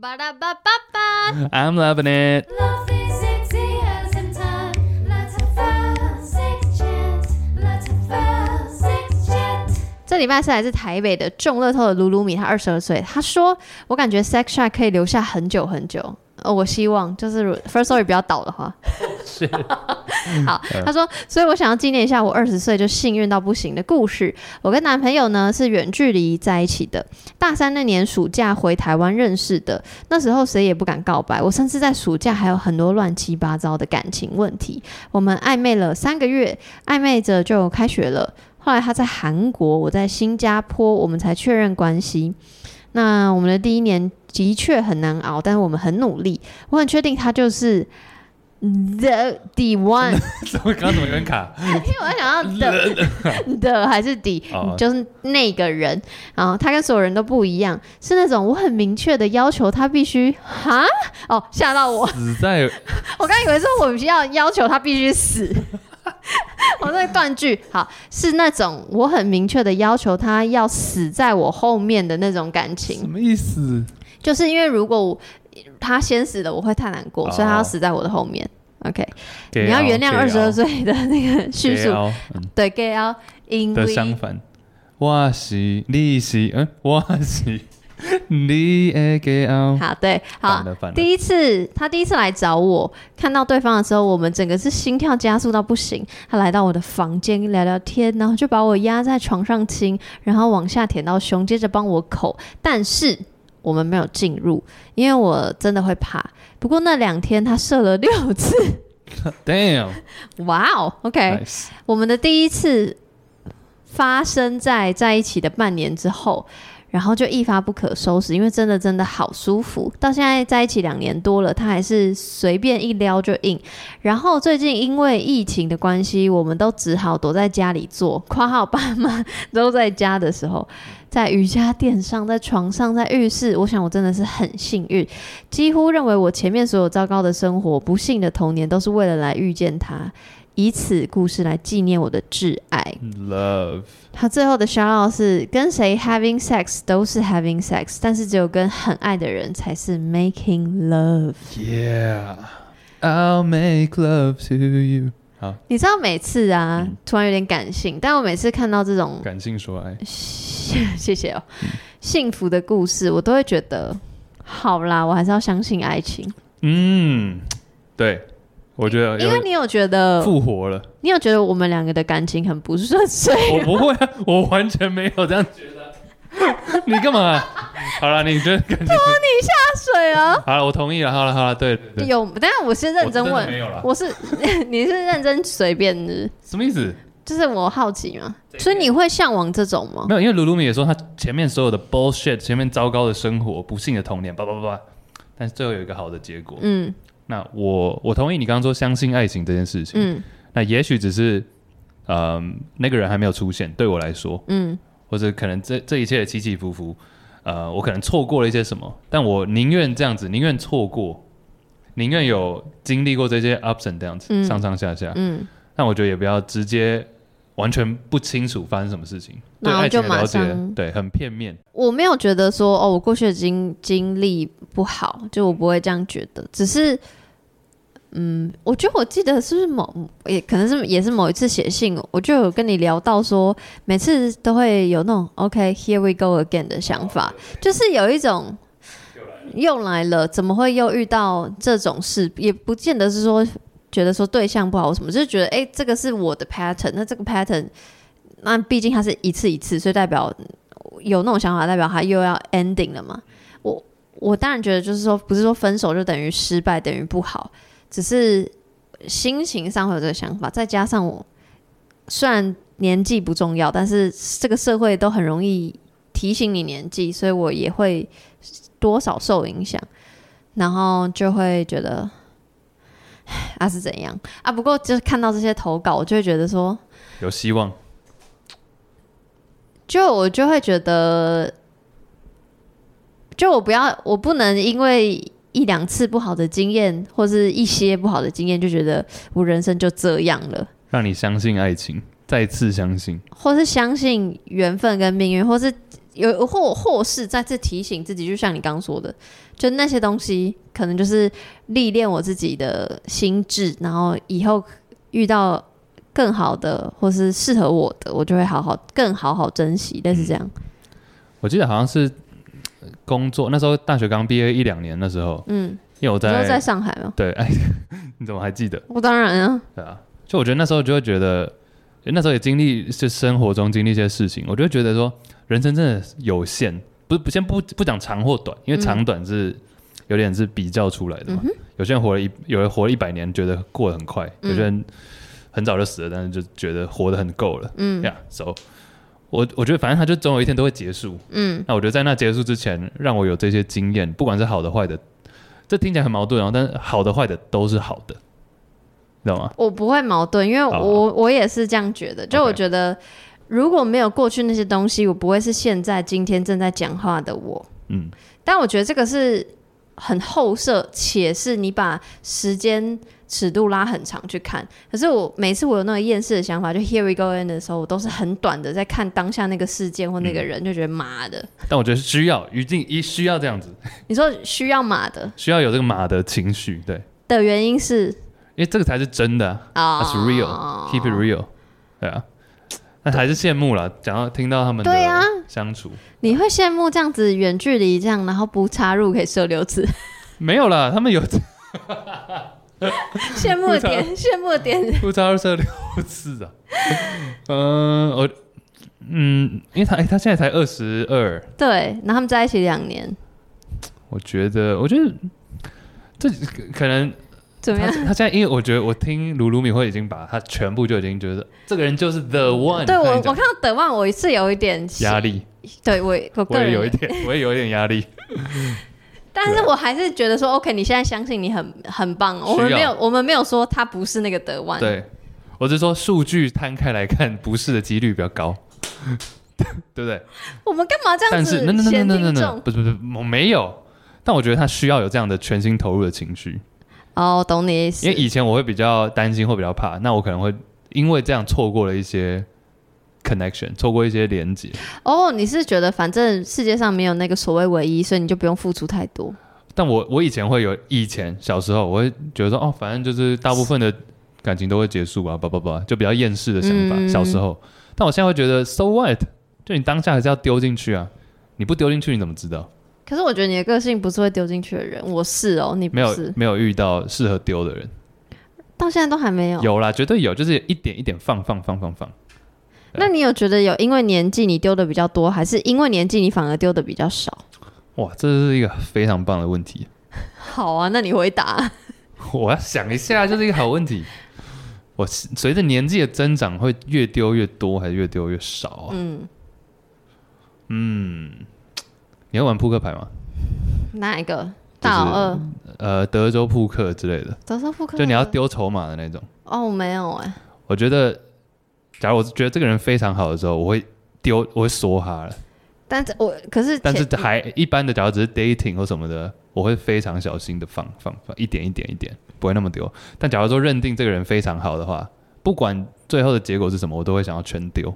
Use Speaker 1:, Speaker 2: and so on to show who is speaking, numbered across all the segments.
Speaker 1: 巴拉巴巴巴
Speaker 2: I'm loving it。
Speaker 3: Love is sexy as in time. Let's have a sex chat. Let's have a sex chat.
Speaker 1: 这礼拜是来自台北的中乐透的鲁鲁米，他二十二岁，他说：“我感觉 Sex Shack 可以留下很久很久。”呃，我希望就是如 First Story 不要倒的话，
Speaker 2: 是，
Speaker 1: 好，他说，所以我想要纪念一下我二十岁就幸运到不行的故事。我跟男朋友呢是远距离在一起的，大三那年暑假回台湾认识的，那时候谁也不敢告白，我甚至在暑假还有很多乱七八糟的感情问题。我们暧昧了三个月，暧昧着就开学了。后来他在韩国，我在新加坡，我们才确认关系。那我们的第一年的确很难熬，但是我们很努力。我很确定他就是 the the one，
Speaker 2: 怎么刚刚怎么有点卡？
Speaker 1: 因为我在想要的 的还是底
Speaker 2: 哦，
Speaker 1: 就是那个人，然后他跟所有人都不一样，是那种我很明确的要求他必须哈哦吓到我，
Speaker 2: 死在
Speaker 1: 我刚以为是我们要要求他必须死， 我在断句。好，是那种我很明确的要求他要死在我后面的那种感
Speaker 2: 什
Speaker 1: 情，
Speaker 2: 么意思？
Speaker 1: 就是因为如果我他先死了，我会太难
Speaker 2: 哦
Speaker 1: 过，所以他要死在我的后面。OK，你要原谅二十二岁的那个叙述，嗯
Speaker 2: GL，嗯
Speaker 1: 对 gay 要因
Speaker 2: 的
Speaker 1: 为
Speaker 2: 相反。我是你是嗯，我是你的给傲。
Speaker 1: 好，对，好
Speaker 2: 反。了反了，
Speaker 1: 第一次，他第一次来找我，看到对方的时候，我们整个是心跳加速到不行。他来到我的房间聊聊天，然后就把我压在床上亲，然后往下舔到胸，接着帮我口，但是我们没有进入，因为我真的会怕。不过那两天他射了六次，
Speaker 2: Damn，nice。
Speaker 1: 哇哦，OK，我们的第一次发生在在一起的半年之后，然后就一发不可收拾，因为真的真的好舒服。到现在在一起两年多了，他还是随便一撩就硬。然后最近因为疫情的关系，我们都只好躲在家里做（括号爸妈都在家的时候）。在瑜伽垫上，在床上，在浴室，我想我真的是很幸运，几乎认为我前面所有糟糕的生活、不幸的童年，都是为了来遇见他。以此故事来纪念我的挚爱。
Speaker 2: Love，
Speaker 1: 他最后的 shout out 是跟谁 having sex 都是 having sex，但是只有跟很爱的人才是 making love。
Speaker 2: Yeah, I'll make love to you。好，
Speaker 1: 你知道每次啊，
Speaker 2: 嗯
Speaker 1: 突然有点感性，但我每次看到这种
Speaker 2: 感性说爱，
Speaker 1: 谢谢哦、幸福的故事，我都会觉得好啦，我还是要相信爱情，
Speaker 2: 嗯，对，我觉得
Speaker 1: 因为
Speaker 2: 有
Speaker 1: 你有觉得，
Speaker 2: 复活了。
Speaker 1: 你有觉得我们两个的感情很不顺 遂，
Speaker 2: 我不会啊，我完全没有这样觉得。你干 嘛？好了，你觉得感情？
Speaker 1: 水啊，
Speaker 2: 好了，我同意了。好了，好了，对对对，
Speaker 1: 有，但是我是认
Speaker 2: 我
Speaker 1: 真
Speaker 2: 的
Speaker 1: 问，
Speaker 2: 没有了，
Speaker 1: 我是你是 认真随便的。
Speaker 2: 什么意思？
Speaker 1: 就是我好奇嘛，所以你会向往这种吗？
Speaker 2: 没有，因为卢卢米也说他前面所有的 bullshit，前面糟糕的生活、不幸的童年，叭叭叭叭，但是最后有一个好的结果。
Speaker 1: 嗯
Speaker 2: 那我我同意你刚刚说相信爱情这件事情。
Speaker 1: 嗯
Speaker 2: 那也许只是，嗯、那个人还没有出现，对我来说，
Speaker 1: 嗯
Speaker 2: 或者可能这这一切的起起伏伏，呃，我可能错过了一些什么，但我宁愿这样子，宁愿错过，宁愿有经历过这些 ups and downs，、
Speaker 1: 嗯
Speaker 2: 上上下下，
Speaker 1: 嗯，
Speaker 2: 但我觉得也不要直接完全不清楚发生什么事情，对
Speaker 1: 然后
Speaker 2: 爱情
Speaker 1: 就
Speaker 2: 的
Speaker 1: 马
Speaker 2: 了解
Speaker 1: 上，
Speaker 2: 对，很片面。
Speaker 1: 我没有觉得说哦，我过去的经经历不好，就我不会这样觉得，只是。嗯，我觉得我记得是不是某也可能是也是某一次写信，我就有跟你聊到说，每次都会有那种 OK here we go again 的想法，就是有一种又来了，怎么会又遇到这种事？也不见得是说觉得说对象不好或什么，就是觉得哎、诶这个是我的 pattern，那这个 pattern，那毕竟它是一次一次，所以代表有那种想法，代表他又要 ending 了嘛。我我当然觉得就是说，不是说分手就等于失败，等于不好，只是心情上会有这个想法，再加上我虽然年纪不重要，但是这个社会都很容易提醒你年纪，所以我也会多少受影响，然后就会觉得。唉啊是怎样啊？不过就是看到这些投稿，我就会觉得说，
Speaker 2: 有希望，
Speaker 1: 就我就会觉得，就我不要，我不能因为一两次不好的经验，或是一些不好的经验，就觉得我人生就这样了，
Speaker 2: 让你相信爱情，再次相信。
Speaker 1: 或是相信缘分跟命运，或是有或或是再次提醒自己，就像你刚刚说的，就那些东西可能就是历练我自己的心智，然后以后遇到更好的或是适合我的，我就会好好更好好珍惜，类似这
Speaker 2: 嗯
Speaker 1: 样。
Speaker 2: 我记得好像是呃工作那时候大学刚毕业一两年的时候，
Speaker 1: 嗯，
Speaker 2: 因为我
Speaker 1: 你说
Speaker 2: 在
Speaker 1: 在上海吗？
Speaker 2: 对，哎，你怎么还记得？
Speaker 1: 我当然啊，
Speaker 2: 对啊，就我觉得那时候就会觉得，那时候也经历是生活中经历一些事情，我就会觉得说，人生真的有限，不不先不不讲长或短，因
Speaker 1: 嗯
Speaker 2: 为长短是、有点是比较出来的嘛。有些人活了一有人活了一百年，觉得过得很快；
Speaker 1: 嗯
Speaker 2: 有些人很早就死了，但是就觉得活得很够了。
Speaker 1: 嗯
Speaker 2: 呀、so 我我觉得反正它就总有一天都会结束。
Speaker 1: 嗯，
Speaker 2: 那我觉得在那结束之前，让我有这些经验，不管是好的坏的，这听起来很矛盾哦，但是好的坏的都是好的，你知道吗？
Speaker 1: 我不会矛盾，因为
Speaker 2: 好
Speaker 1: 我我也是这样觉得，就
Speaker 2: OK
Speaker 1: 我觉得。如果没有过去那些东西，我不会是现在今天正在讲话的我。
Speaker 2: 嗯，
Speaker 1: 但我觉得这个是很后设，且是你把时间尺度拉很长去看。可是我每次我有那个厌世的想法，就 Here we go in 的时候，我都是很短的在看当下那个事件或那个人，就觉得妈的，
Speaker 2: 但我觉得需要，一定一需要这样子，
Speaker 1: 你说需要马的
Speaker 2: 需要有这个马的情绪，对，
Speaker 1: 的原因是
Speaker 2: 因为这个才是真的、啊、
Speaker 1: 啊、
Speaker 2: ，That's real，keep
Speaker 1: 哦
Speaker 2: it real，对啊，那还是羡慕了，讲到听到他们
Speaker 1: 对啊
Speaker 2: 的相处，
Speaker 1: 你会羡慕这样子远距离这样，然后不插入可以射六 次，
Speaker 2: 没有啦，他们有
Speaker 1: 羡慕的点，羡慕的点，
Speaker 2: 不差二十六次啊，嗯，我嗯，因为他、哎他现在才二十二，
Speaker 1: 对，然后他们在一起两年，
Speaker 2: 我觉得，我觉得这可可能
Speaker 1: 怎么
Speaker 2: 他
Speaker 1: 样？
Speaker 2: 他现在，因为我觉得我听鲁鲁米会已经把他全部就已经觉得这个人就是 the one，
Speaker 1: 对我，
Speaker 2: 他已
Speaker 1: 我
Speaker 2: 经
Speaker 1: 看到德万，我是有一点
Speaker 2: 压，力，
Speaker 1: 对我我
Speaker 2: 我
Speaker 1: 个
Speaker 2: 也
Speaker 1: 人
Speaker 2: 有 一点，我也有一点压力。
Speaker 1: 但是我还是觉得说，OK，你现在相信你很很棒。哦我们没有，我们没有说他不是那个德万。，
Speaker 2: 对，我是说数据摊开来看，不是的几率比较高， 对不对？
Speaker 1: 我们干嘛这样
Speaker 2: 但是，
Speaker 1: 子
Speaker 2: 那那那
Speaker 1: 嫌
Speaker 2: 那那
Speaker 1: 听
Speaker 2: 那，
Speaker 1: 众？
Speaker 2: 不是不是，我没有。但我觉得他需要有这样的全心投入的情绪，
Speaker 1: 哦，懂你的意思
Speaker 2: 因为。以前我会比较担心或比较怕，那我可能会因为这样错过了一些 connection，错过一些连接。
Speaker 1: 哦，你是觉得反正世界上没有那个所谓唯一，所以你就不用付出太多。
Speaker 2: 但我我以前会有，以前小时候我会觉得说，哦，反正就是大部分的感情都会结束啊，叭叭叭，就比较厌世的想法。
Speaker 1: 嗯
Speaker 2: 小时候，但我现在会觉得，so what？就你当下还是要丢进去啊，你不丢进去你怎么知道？
Speaker 1: 可是我觉得你的个性不是会丢进去的人，我是哦，你不
Speaker 2: 没有
Speaker 1: 是，
Speaker 2: 没有遇到适合丢的人，
Speaker 1: 到现在都还没有。
Speaker 2: 有啦，绝对有，就是一点一点放放放放放。
Speaker 1: 那你有觉得有因为年纪你丢的比较多，还是因为年纪你反而丢的比较少？
Speaker 2: 哇，这是一个非常棒的问题，
Speaker 1: 好啊，那你回答。
Speaker 2: 我要想一下，这是一个好问题。我随着年纪的增长，会越丢越多，还是越丢越少啊？嗯
Speaker 1: 嗯，
Speaker 2: 你会玩扑克牌吗？
Speaker 1: 哪一个？
Speaker 2: 就是
Speaker 1: 大老二，
Speaker 2: 呃，德州扑克之类的，
Speaker 1: 德州扑克。
Speaker 2: 就你要丢筹码的那种。
Speaker 1: 哦，没有哎、
Speaker 2: 我觉得，假如我觉得这个人非常好的时候，我会丢，我会说他了。
Speaker 1: 但是我可是
Speaker 2: 但是
Speaker 1: 前
Speaker 2: 还一般的，假如只是 dating 或什么的，我会非常小心的放放放，一点一点一点，不会那么丢。但假如说认定这个人非常好的话，不管最后的结果是什么，我都会想要全丢。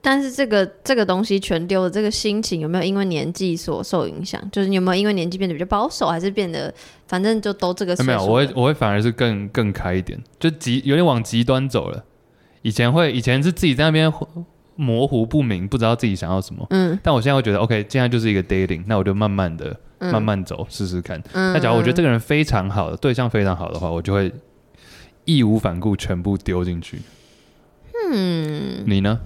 Speaker 1: 但是这个这个东西全丢了，这个心情有没有因为年纪所受影响？就是你有没有因为年纪变得比较保守，还是变得反正就都这个岁数
Speaker 2: 没
Speaker 1: 了？
Speaker 2: 有，我会我会反而是更更开一点，就极有点往极端走了。以前会以前是自己在那边模糊不明，不知道自己想要什么。
Speaker 1: 嗯
Speaker 2: 但我现在会觉得，OK，现在就是一个 dating，那我就慢慢的、
Speaker 1: 嗯
Speaker 2: 慢慢走，试试看。
Speaker 1: 嗯
Speaker 2: 那假如我觉得这个人非常好的对象非常好的话，我就会义无反顾全部丢进去。嗯，你呢？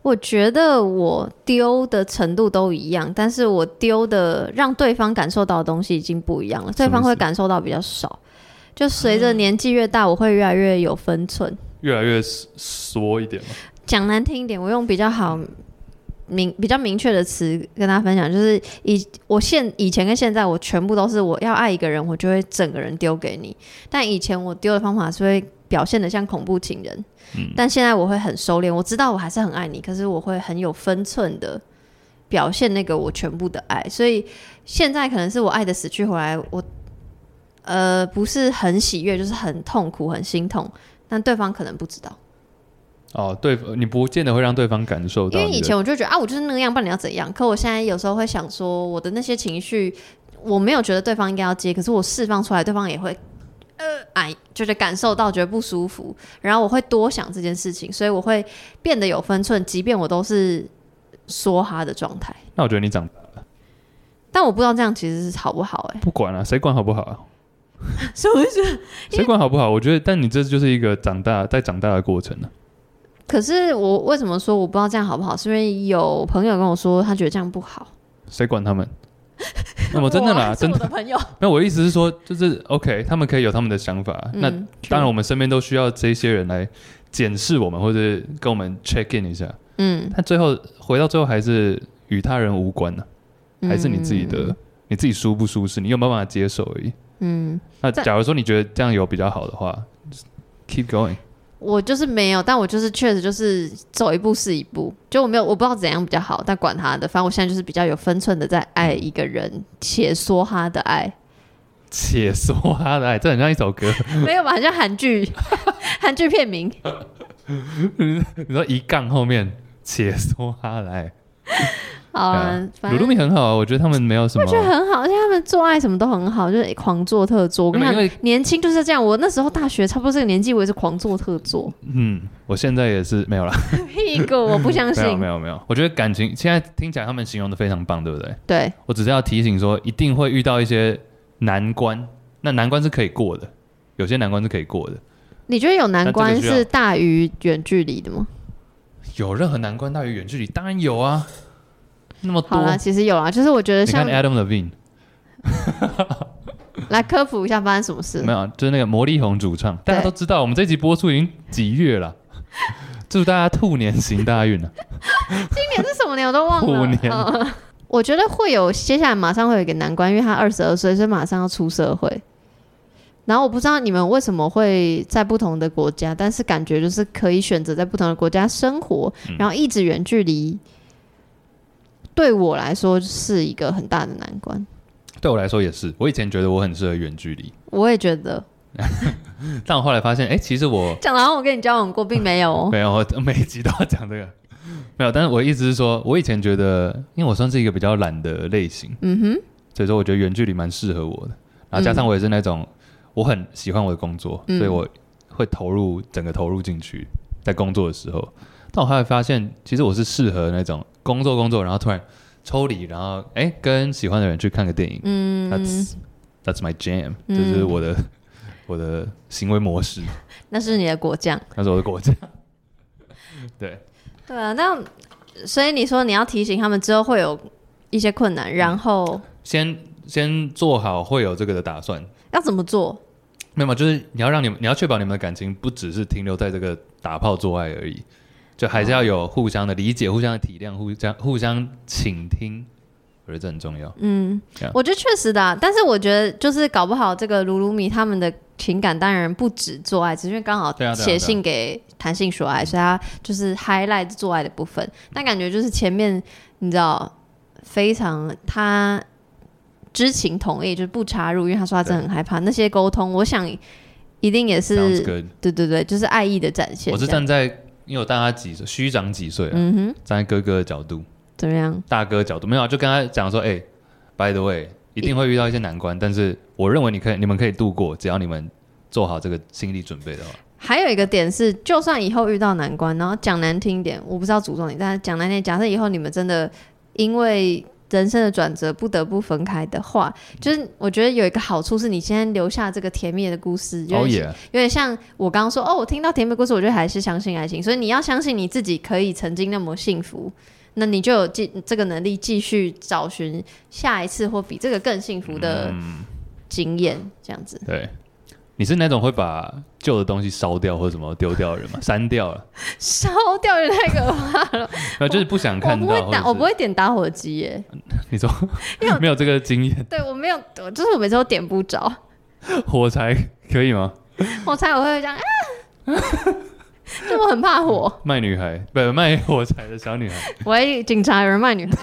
Speaker 1: 我觉得我丢的程度都一样，但是我丢的让对方感受到的东西已经不一样了，
Speaker 2: 什么意思
Speaker 1: 对方会感受到比较少。就随着年纪越大，我会越来越有分寸。
Speaker 2: 越来越缩一点吗？
Speaker 1: 讲难听一点，我用比较好明比较明确的词跟大家分享，就是以我现以前跟现在，我全部都是我要爱一个人，我就会整个人丢给你。但以前我丢的方法是会表现的像恐怖情人，但现在我会很收敛，我知道我还是很爱你，可是我会很有分寸的。表现那个我全部的爱，所以现在可能是我爱的死去活来，我呃不是很喜悦，就是很痛苦、很心痛，但对方可能不知道。
Speaker 2: 哦，对，你不见得会让对方感受
Speaker 1: 因
Speaker 2: 到你
Speaker 1: 为
Speaker 2: 的。
Speaker 1: 以前我就觉得啊，我就是那个样，不然你要怎样？可我现在有时候会想说，我的那些情绪，我没有觉得对方应该要接，可是我释放出来，对方也会。呃，哎，就是感受到觉得不舒服，然后我会多想这件事情，所以我会变得有分寸，即便我都是说哈的状态，
Speaker 2: 那我觉得你长
Speaker 1: 但我不知道这样其实是好不好、欸
Speaker 2: 不管了、谁管好不好、啊？
Speaker 1: 哎，所以我就觉得，
Speaker 2: 谁管好不好？我觉得，但你这就是一个长大在长大的过程啊呢、
Speaker 1: 可是我为什么说我不知道这样好不好？是因为有朋友跟我说，他觉得这样不好。
Speaker 2: 谁管他们？ 那么真的
Speaker 1: 哇
Speaker 2: 啦，
Speaker 1: 是
Speaker 2: 真
Speaker 1: 我
Speaker 2: 的。
Speaker 1: 的朋友，
Speaker 2: 没有，我的意思是说，就是 OK，他们可以有他们的想法。 啊那
Speaker 1: 嗯
Speaker 2: 当然，
Speaker 1: 是
Speaker 2: 我们身边都需要这些人来检视我们，或者跟我们 check in 一下。
Speaker 1: 嗯，
Speaker 2: 但最后回到最后，还是与他人无关呢、啊还是你自己的，
Speaker 1: 嗯
Speaker 2: 你自己舒不舒适，你有没有办法接受而已。
Speaker 1: 嗯
Speaker 2: 那
Speaker 1: 但
Speaker 2: 假如说你觉得这样有比较好的话，keep going。
Speaker 1: 我就是没有，但我就是确实就是走一步是一步，就我没有我不知道怎样比较好，但管他的，反正我现在就是比较有分寸的在爱一个人，且说他的 爱，
Speaker 2: 且说他的爱，这很像一 首歌。
Speaker 1: 没有吧？很像韩剧， 韩剧片名，
Speaker 2: 你说一杠后面，且说他的爱，
Speaker 1: 好啊
Speaker 2: 啊，
Speaker 1: 反
Speaker 2: 鲁鲁
Speaker 1: 正
Speaker 2: 米很好啊，我觉得他们没有什么。
Speaker 1: 就很好，而且他们做爱什么都很好，就是狂做特做。我跟你
Speaker 2: 因为
Speaker 1: 讲，年轻就是这样，我那时候大学差不多这个年纪，我也是狂做特做，
Speaker 2: 嗯，我现在也 是没有啦，
Speaker 1: 屁股我不相
Speaker 2: 没有没
Speaker 1: 信，
Speaker 2: 有没有。我觉得感情现在听起来他们形容的非常棒，对不对？
Speaker 1: 对，
Speaker 2: 我只是要提醒说，一定会遇到一些难关，那难关是可以过的，有些难关是可以过的。
Speaker 1: 你觉得有难
Speaker 2: 但
Speaker 1: 关
Speaker 2: 这个需要
Speaker 1: 是大于远距离的吗？
Speaker 2: 有任何难关大于远距离，当然有啊，那么多
Speaker 1: 好。啦，其实有啦，就是我觉得
Speaker 2: 你看
Speaker 1: 像
Speaker 2: Adam Levine
Speaker 1: 来科普一下发生什么事
Speaker 2: 没。有啊，就是那个魔力红主唱，大家都知道，我们这集播出已经几 月了。祝大家兔年行大运啊！
Speaker 1: 是什么年我都忘了。
Speaker 2: 虎年
Speaker 1: 嗯我觉得会有接下来马上会有一个难关，因为他二十二岁，所以马上要出社会。然后我不知道你们为什么会在不同的国家，但是感觉就是可以选择在不同的国家生活，然后一直远距离。对我来说是一个很大的难关，
Speaker 2: 对我来说也是，我以前觉得我很适合远距离，
Speaker 1: 我也觉得
Speaker 2: 但我后来发现，哎、其实我
Speaker 1: 讲的好像我跟你交往过，并没有 哦。
Speaker 2: 没有，我每一集都要讲这个，没有。但是我一直是说，我以前觉得，因为我算是一个比较懒的类型，
Speaker 1: 嗯哼，
Speaker 2: 所以说我觉得远距离蛮适合我的。然后加上我也是那种、我很喜欢我的工作，
Speaker 1: 嗯
Speaker 2: 所以我会投入整个投入进去，在工作的时候。但我后来发现，其实我是适合那种工作工作，然后突然抽离，然后哎、跟喜欢的人去看个电影。
Speaker 1: 嗯，
Speaker 2: That's That's my jam，、
Speaker 1: 嗯
Speaker 2: 这是我的 我的行为模式，
Speaker 1: 那是你的果酱。
Speaker 2: 那是我的国 家。对，
Speaker 1: 对啊，那所以你说你要提醒他们之后会有一些困难，然后
Speaker 2: 先先做好会有这个的打算，
Speaker 1: 要怎么做？
Speaker 2: 没有嘛，就是你要让你们，你要确保你们的感情不只是停留在这个打炮做爱而已，就还是要有互相的理解、互相的体谅、互相互相倾听，我觉得这很重要。
Speaker 1: 嗯
Speaker 2: Yeah
Speaker 1: 我觉得确实的啊、但是我觉得就是搞不好这个鲁鲁米他们的情感当然不止做爱，只是因为刚好
Speaker 2: 对啊对啊
Speaker 1: 写信给谈性说爱，所以他就是 highlight 做爱的部分。但感觉就是前面你知道非常他知情同意，就是不插入，因为他说他真的很害怕那些沟通，我想一定也
Speaker 2: Sounds
Speaker 1: 是
Speaker 2: good。
Speaker 1: 对对对，就是爱意的展现
Speaker 2: 我
Speaker 1: 这
Speaker 2: 是
Speaker 1: 样。
Speaker 2: 站在，因为我大他几岁，虚长几岁、啊，
Speaker 1: 嗯哼，
Speaker 2: 站在哥哥的角度、
Speaker 1: 怎么样？
Speaker 2: 大哥的角度，没有、啊，就跟他讲说，哎、b y the way，一定会遇到一些难关，但是我认为你可以，你们可以度过，只要你们做好这个心理准备的话。
Speaker 1: 还有一个点是，就算以后遇到难关，然后讲难听一点，我不知道诅咒你，但是讲难听，假设以后你们真的因为人生的转折不得不分开的话，就是我觉得有一个好处是，你先留下这个甜蜜的故事，有
Speaker 2: 哦
Speaker 1: 点
Speaker 2: 耶、
Speaker 1: 有点像我刚刚说，哦，我听到甜蜜故事，我就还是相信爱情，所以你要相信你自己可以曾经那么幸福，那你就有继这个能力继续找寻下一次或比这个更幸福的经验，这样子。
Speaker 2: 对，你是那种会把旧的东西烧掉或者什么丢掉的人吗？删掉了，
Speaker 1: 烧掉也太可怕了。
Speaker 2: 没有，就是不想
Speaker 1: 我
Speaker 2: 看
Speaker 1: 不
Speaker 2: 到，
Speaker 1: 会打，
Speaker 2: 或
Speaker 1: 我
Speaker 2: 者嗯
Speaker 1: 不会点打火机耶。
Speaker 2: 是你说没有这个经验，
Speaker 1: 对我没有，我就是我每次都点不着，
Speaker 2: 火柴可以吗？
Speaker 1: 我猜我会这样 啊，就我很怕火，
Speaker 2: 卖女孩，不卖火柴的小女孩，
Speaker 1: 喂，警察有人骂女 孩，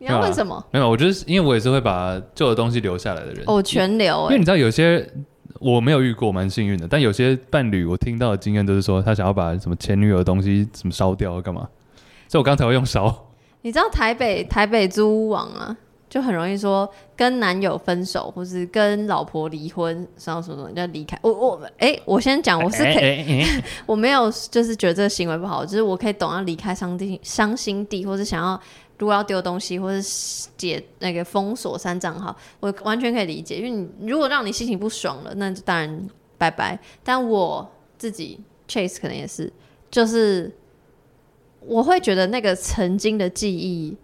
Speaker 1: 你要问什么？
Speaker 2: 没有，我就是因为我也是会把旧的东西留下来的人。
Speaker 1: 哦，全流
Speaker 2: 啊因
Speaker 1: 哎
Speaker 2: 为，你知道有些我没有遇过，蛮幸运的。但有些伴侣，我听到的经验都是说，他想要把什么前女友的东西什么烧掉，干嘛？所以我刚才会用烧，
Speaker 1: 你知道台北台北租屋网啊，就很容易说跟男友分手，或是跟老婆离婚，然后什么什么叫离开。我我哎、我先讲，我是可以，
Speaker 2: 哎哎哎
Speaker 1: 我没有就是觉得这个行为不好，就是我可以懂要离开伤地伤心地，或是想要如果要丢东西，或是解那个封锁删账号，我完全可以理解。因为你如果让你心情不爽了，那就当然拜拜。但我自己 Chase 可能也是，就是我会觉得那个曾经的记忆，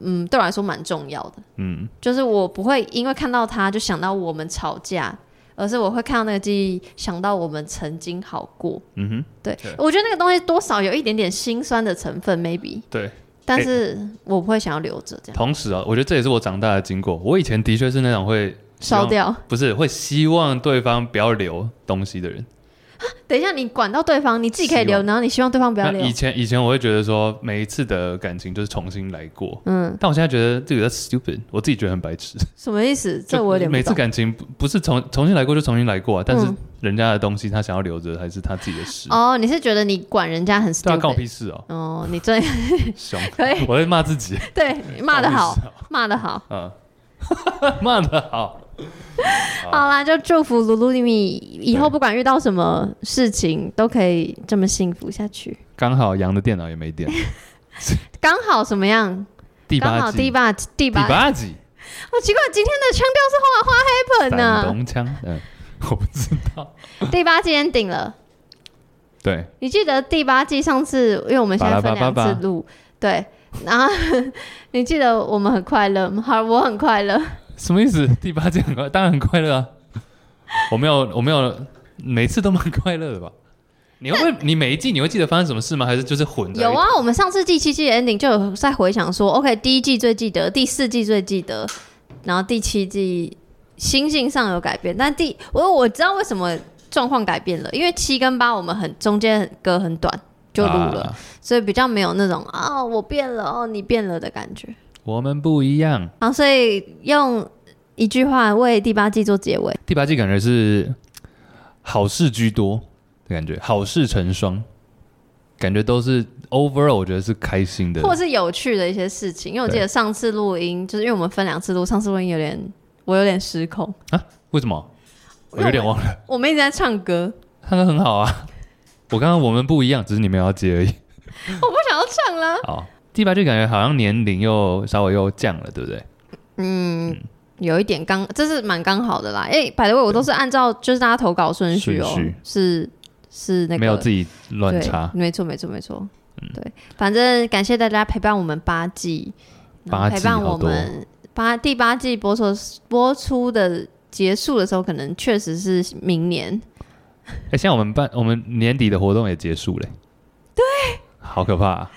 Speaker 1: 嗯，对我来说蛮重要的。
Speaker 2: 嗯，
Speaker 1: 就是我不会因为看到他就想到我们吵架，而是我会看到那个记忆，想到我们曾经好过。
Speaker 2: 嗯哼，
Speaker 1: 对
Speaker 2: 对
Speaker 1: 我觉得那个东西多少有一点点心酸的成分，maybe，
Speaker 2: 对。
Speaker 1: 但是我不会想要留着这样
Speaker 2: 同时啊，我觉得这也是我长大的经过。我以前的确是那种会希望
Speaker 1: 烧，掉。
Speaker 2: 不是会希望对方不要留东西的人。
Speaker 1: 等一下你管到对方，你自己可以
Speaker 2: 希
Speaker 1: 留，
Speaker 2: 望
Speaker 1: 然后你希望对方不要
Speaker 2: 那
Speaker 1: 留
Speaker 2: 以。前以前我会觉得说，每一次的感情就是重新来过。
Speaker 1: 嗯，
Speaker 2: 但我现在觉得这个叫 stupid，我自己觉得很白痴。
Speaker 1: 什么意思？
Speaker 2: 就
Speaker 1: 这我有点不
Speaker 2: 每次
Speaker 1: 懂。
Speaker 2: 感情不不是重重新来过就重新来过啊，但是
Speaker 1: 嗯
Speaker 2: 人家的东西他想要留着还是他自己的事，
Speaker 1: 哦，你是觉得你管人家很
Speaker 2: 对啊，关我
Speaker 1: stupid？
Speaker 2: 屁事 哦，
Speaker 1: 哦，你真
Speaker 2: 凶
Speaker 1: 可以，
Speaker 2: 我会骂自己，
Speaker 1: 对骂的好，骂的好。
Speaker 2: 嗯， 骂的好，
Speaker 1: 好啦，就祝福鲁鲁米以后
Speaker 2: 啊对
Speaker 1: 不管遇到什么事情都可以这么幸福下去。
Speaker 2: 刚好羊的电脑也没电，
Speaker 1: 刚好什么样？
Speaker 2: 第
Speaker 1: 刚好
Speaker 2: 八
Speaker 1: 第
Speaker 2: 集，
Speaker 1: 八第
Speaker 2: 第
Speaker 1: 八。
Speaker 2: 八集，
Speaker 1: 好奇怪，今天的腔调是花花
Speaker 2: 散
Speaker 1: 黑本呢、啊
Speaker 2: 龙枪，嗯，我不知道，
Speaker 1: 第八季 ending 了，
Speaker 2: 对，
Speaker 1: 你记得第八季上次，因为我们现在分两
Speaker 2: 巴拉巴巴
Speaker 1: 次
Speaker 2: 巴
Speaker 1: 录，对，然后 你记得我们很快乐吗？好，我很快乐。
Speaker 2: 什么意思？ 第八集很快，当然很快乐啊，我没有，我没有，每次都蛮快乐的吧？你会不会，你每一季你会记得发生什么事吗？还是就是混着一起？
Speaker 1: 有啊，我们上次第七季的 ending 就有在回想说，OK，第一季最记得，第四季最记得，然后第七季心性上有改变，但第我我知道为什么状况改变了，因为七跟八我们很中间隔很短就录了，
Speaker 2: 啊
Speaker 1: 所以比较没有那种啊、我变了哦你变了的感觉。
Speaker 2: 我们不一样。
Speaker 1: 好，所以用一句话为第八季做结尾。
Speaker 2: 第八季感觉是好事居多的感觉，好事成双，感觉都是 overall 我觉得是开心的。
Speaker 1: 或是有趣的一些事情，因为我记得上次录音，就是因为我们分两次录，上次录音有点我有点失控，
Speaker 2: 为什么？我有点忘了，
Speaker 1: 我们一直在唱歌，
Speaker 2: 唱歌很好啊。我刚刚我们不一样，只是你们要接而已。
Speaker 1: 我不想要唱了。
Speaker 2: 好，第八季感觉好像年龄又稍微又降了，对不对？
Speaker 1: 嗯，有一点刚，这是蛮刚好的啦。哎、百位我都是按照就是大家投稿顺序哦、
Speaker 2: 顺序
Speaker 1: 是是那个
Speaker 2: 没有自己乱
Speaker 1: 对，
Speaker 2: 插。嗯
Speaker 1: 没错没错没错。对，反正感谢大家陪伴我们八季，然后
Speaker 2: 八季
Speaker 1: 陪伴我
Speaker 2: 好多
Speaker 1: 们八第八季播出播出的结束的时候，可能确实是明年。
Speaker 2: 哎，现在我们办我们年底的活动也结束嘞。对，好可怕、啊。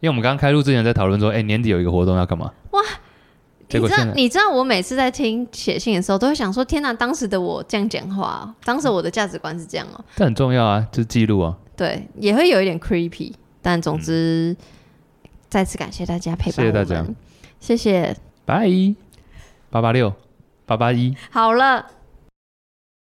Speaker 2: 因为我们刚刚开录之前在讨论说，哎，年底有一个活动要干嘛？
Speaker 1: 哇！
Speaker 2: 结
Speaker 1: 你
Speaker 2: 果
Speaker 1: 知道
Speaker 2: 现在，
Speaker 1: 你知道我每次在听写信的时候，都会想说：天哪，当时的我这样讲话哦，当时我的价值观是这样哦、
Speaker 2: 这很重要啊，就是记录啊。
Speaker 1: 对，也会有一点 creepy。但总之，再次感谢大家陪伴
Speaker 2: 嗯谢谢大
Speaker 1: 我们，谢谢。
Speaker 2: 拜，八八六，八八一。
Speaker 1: 好了，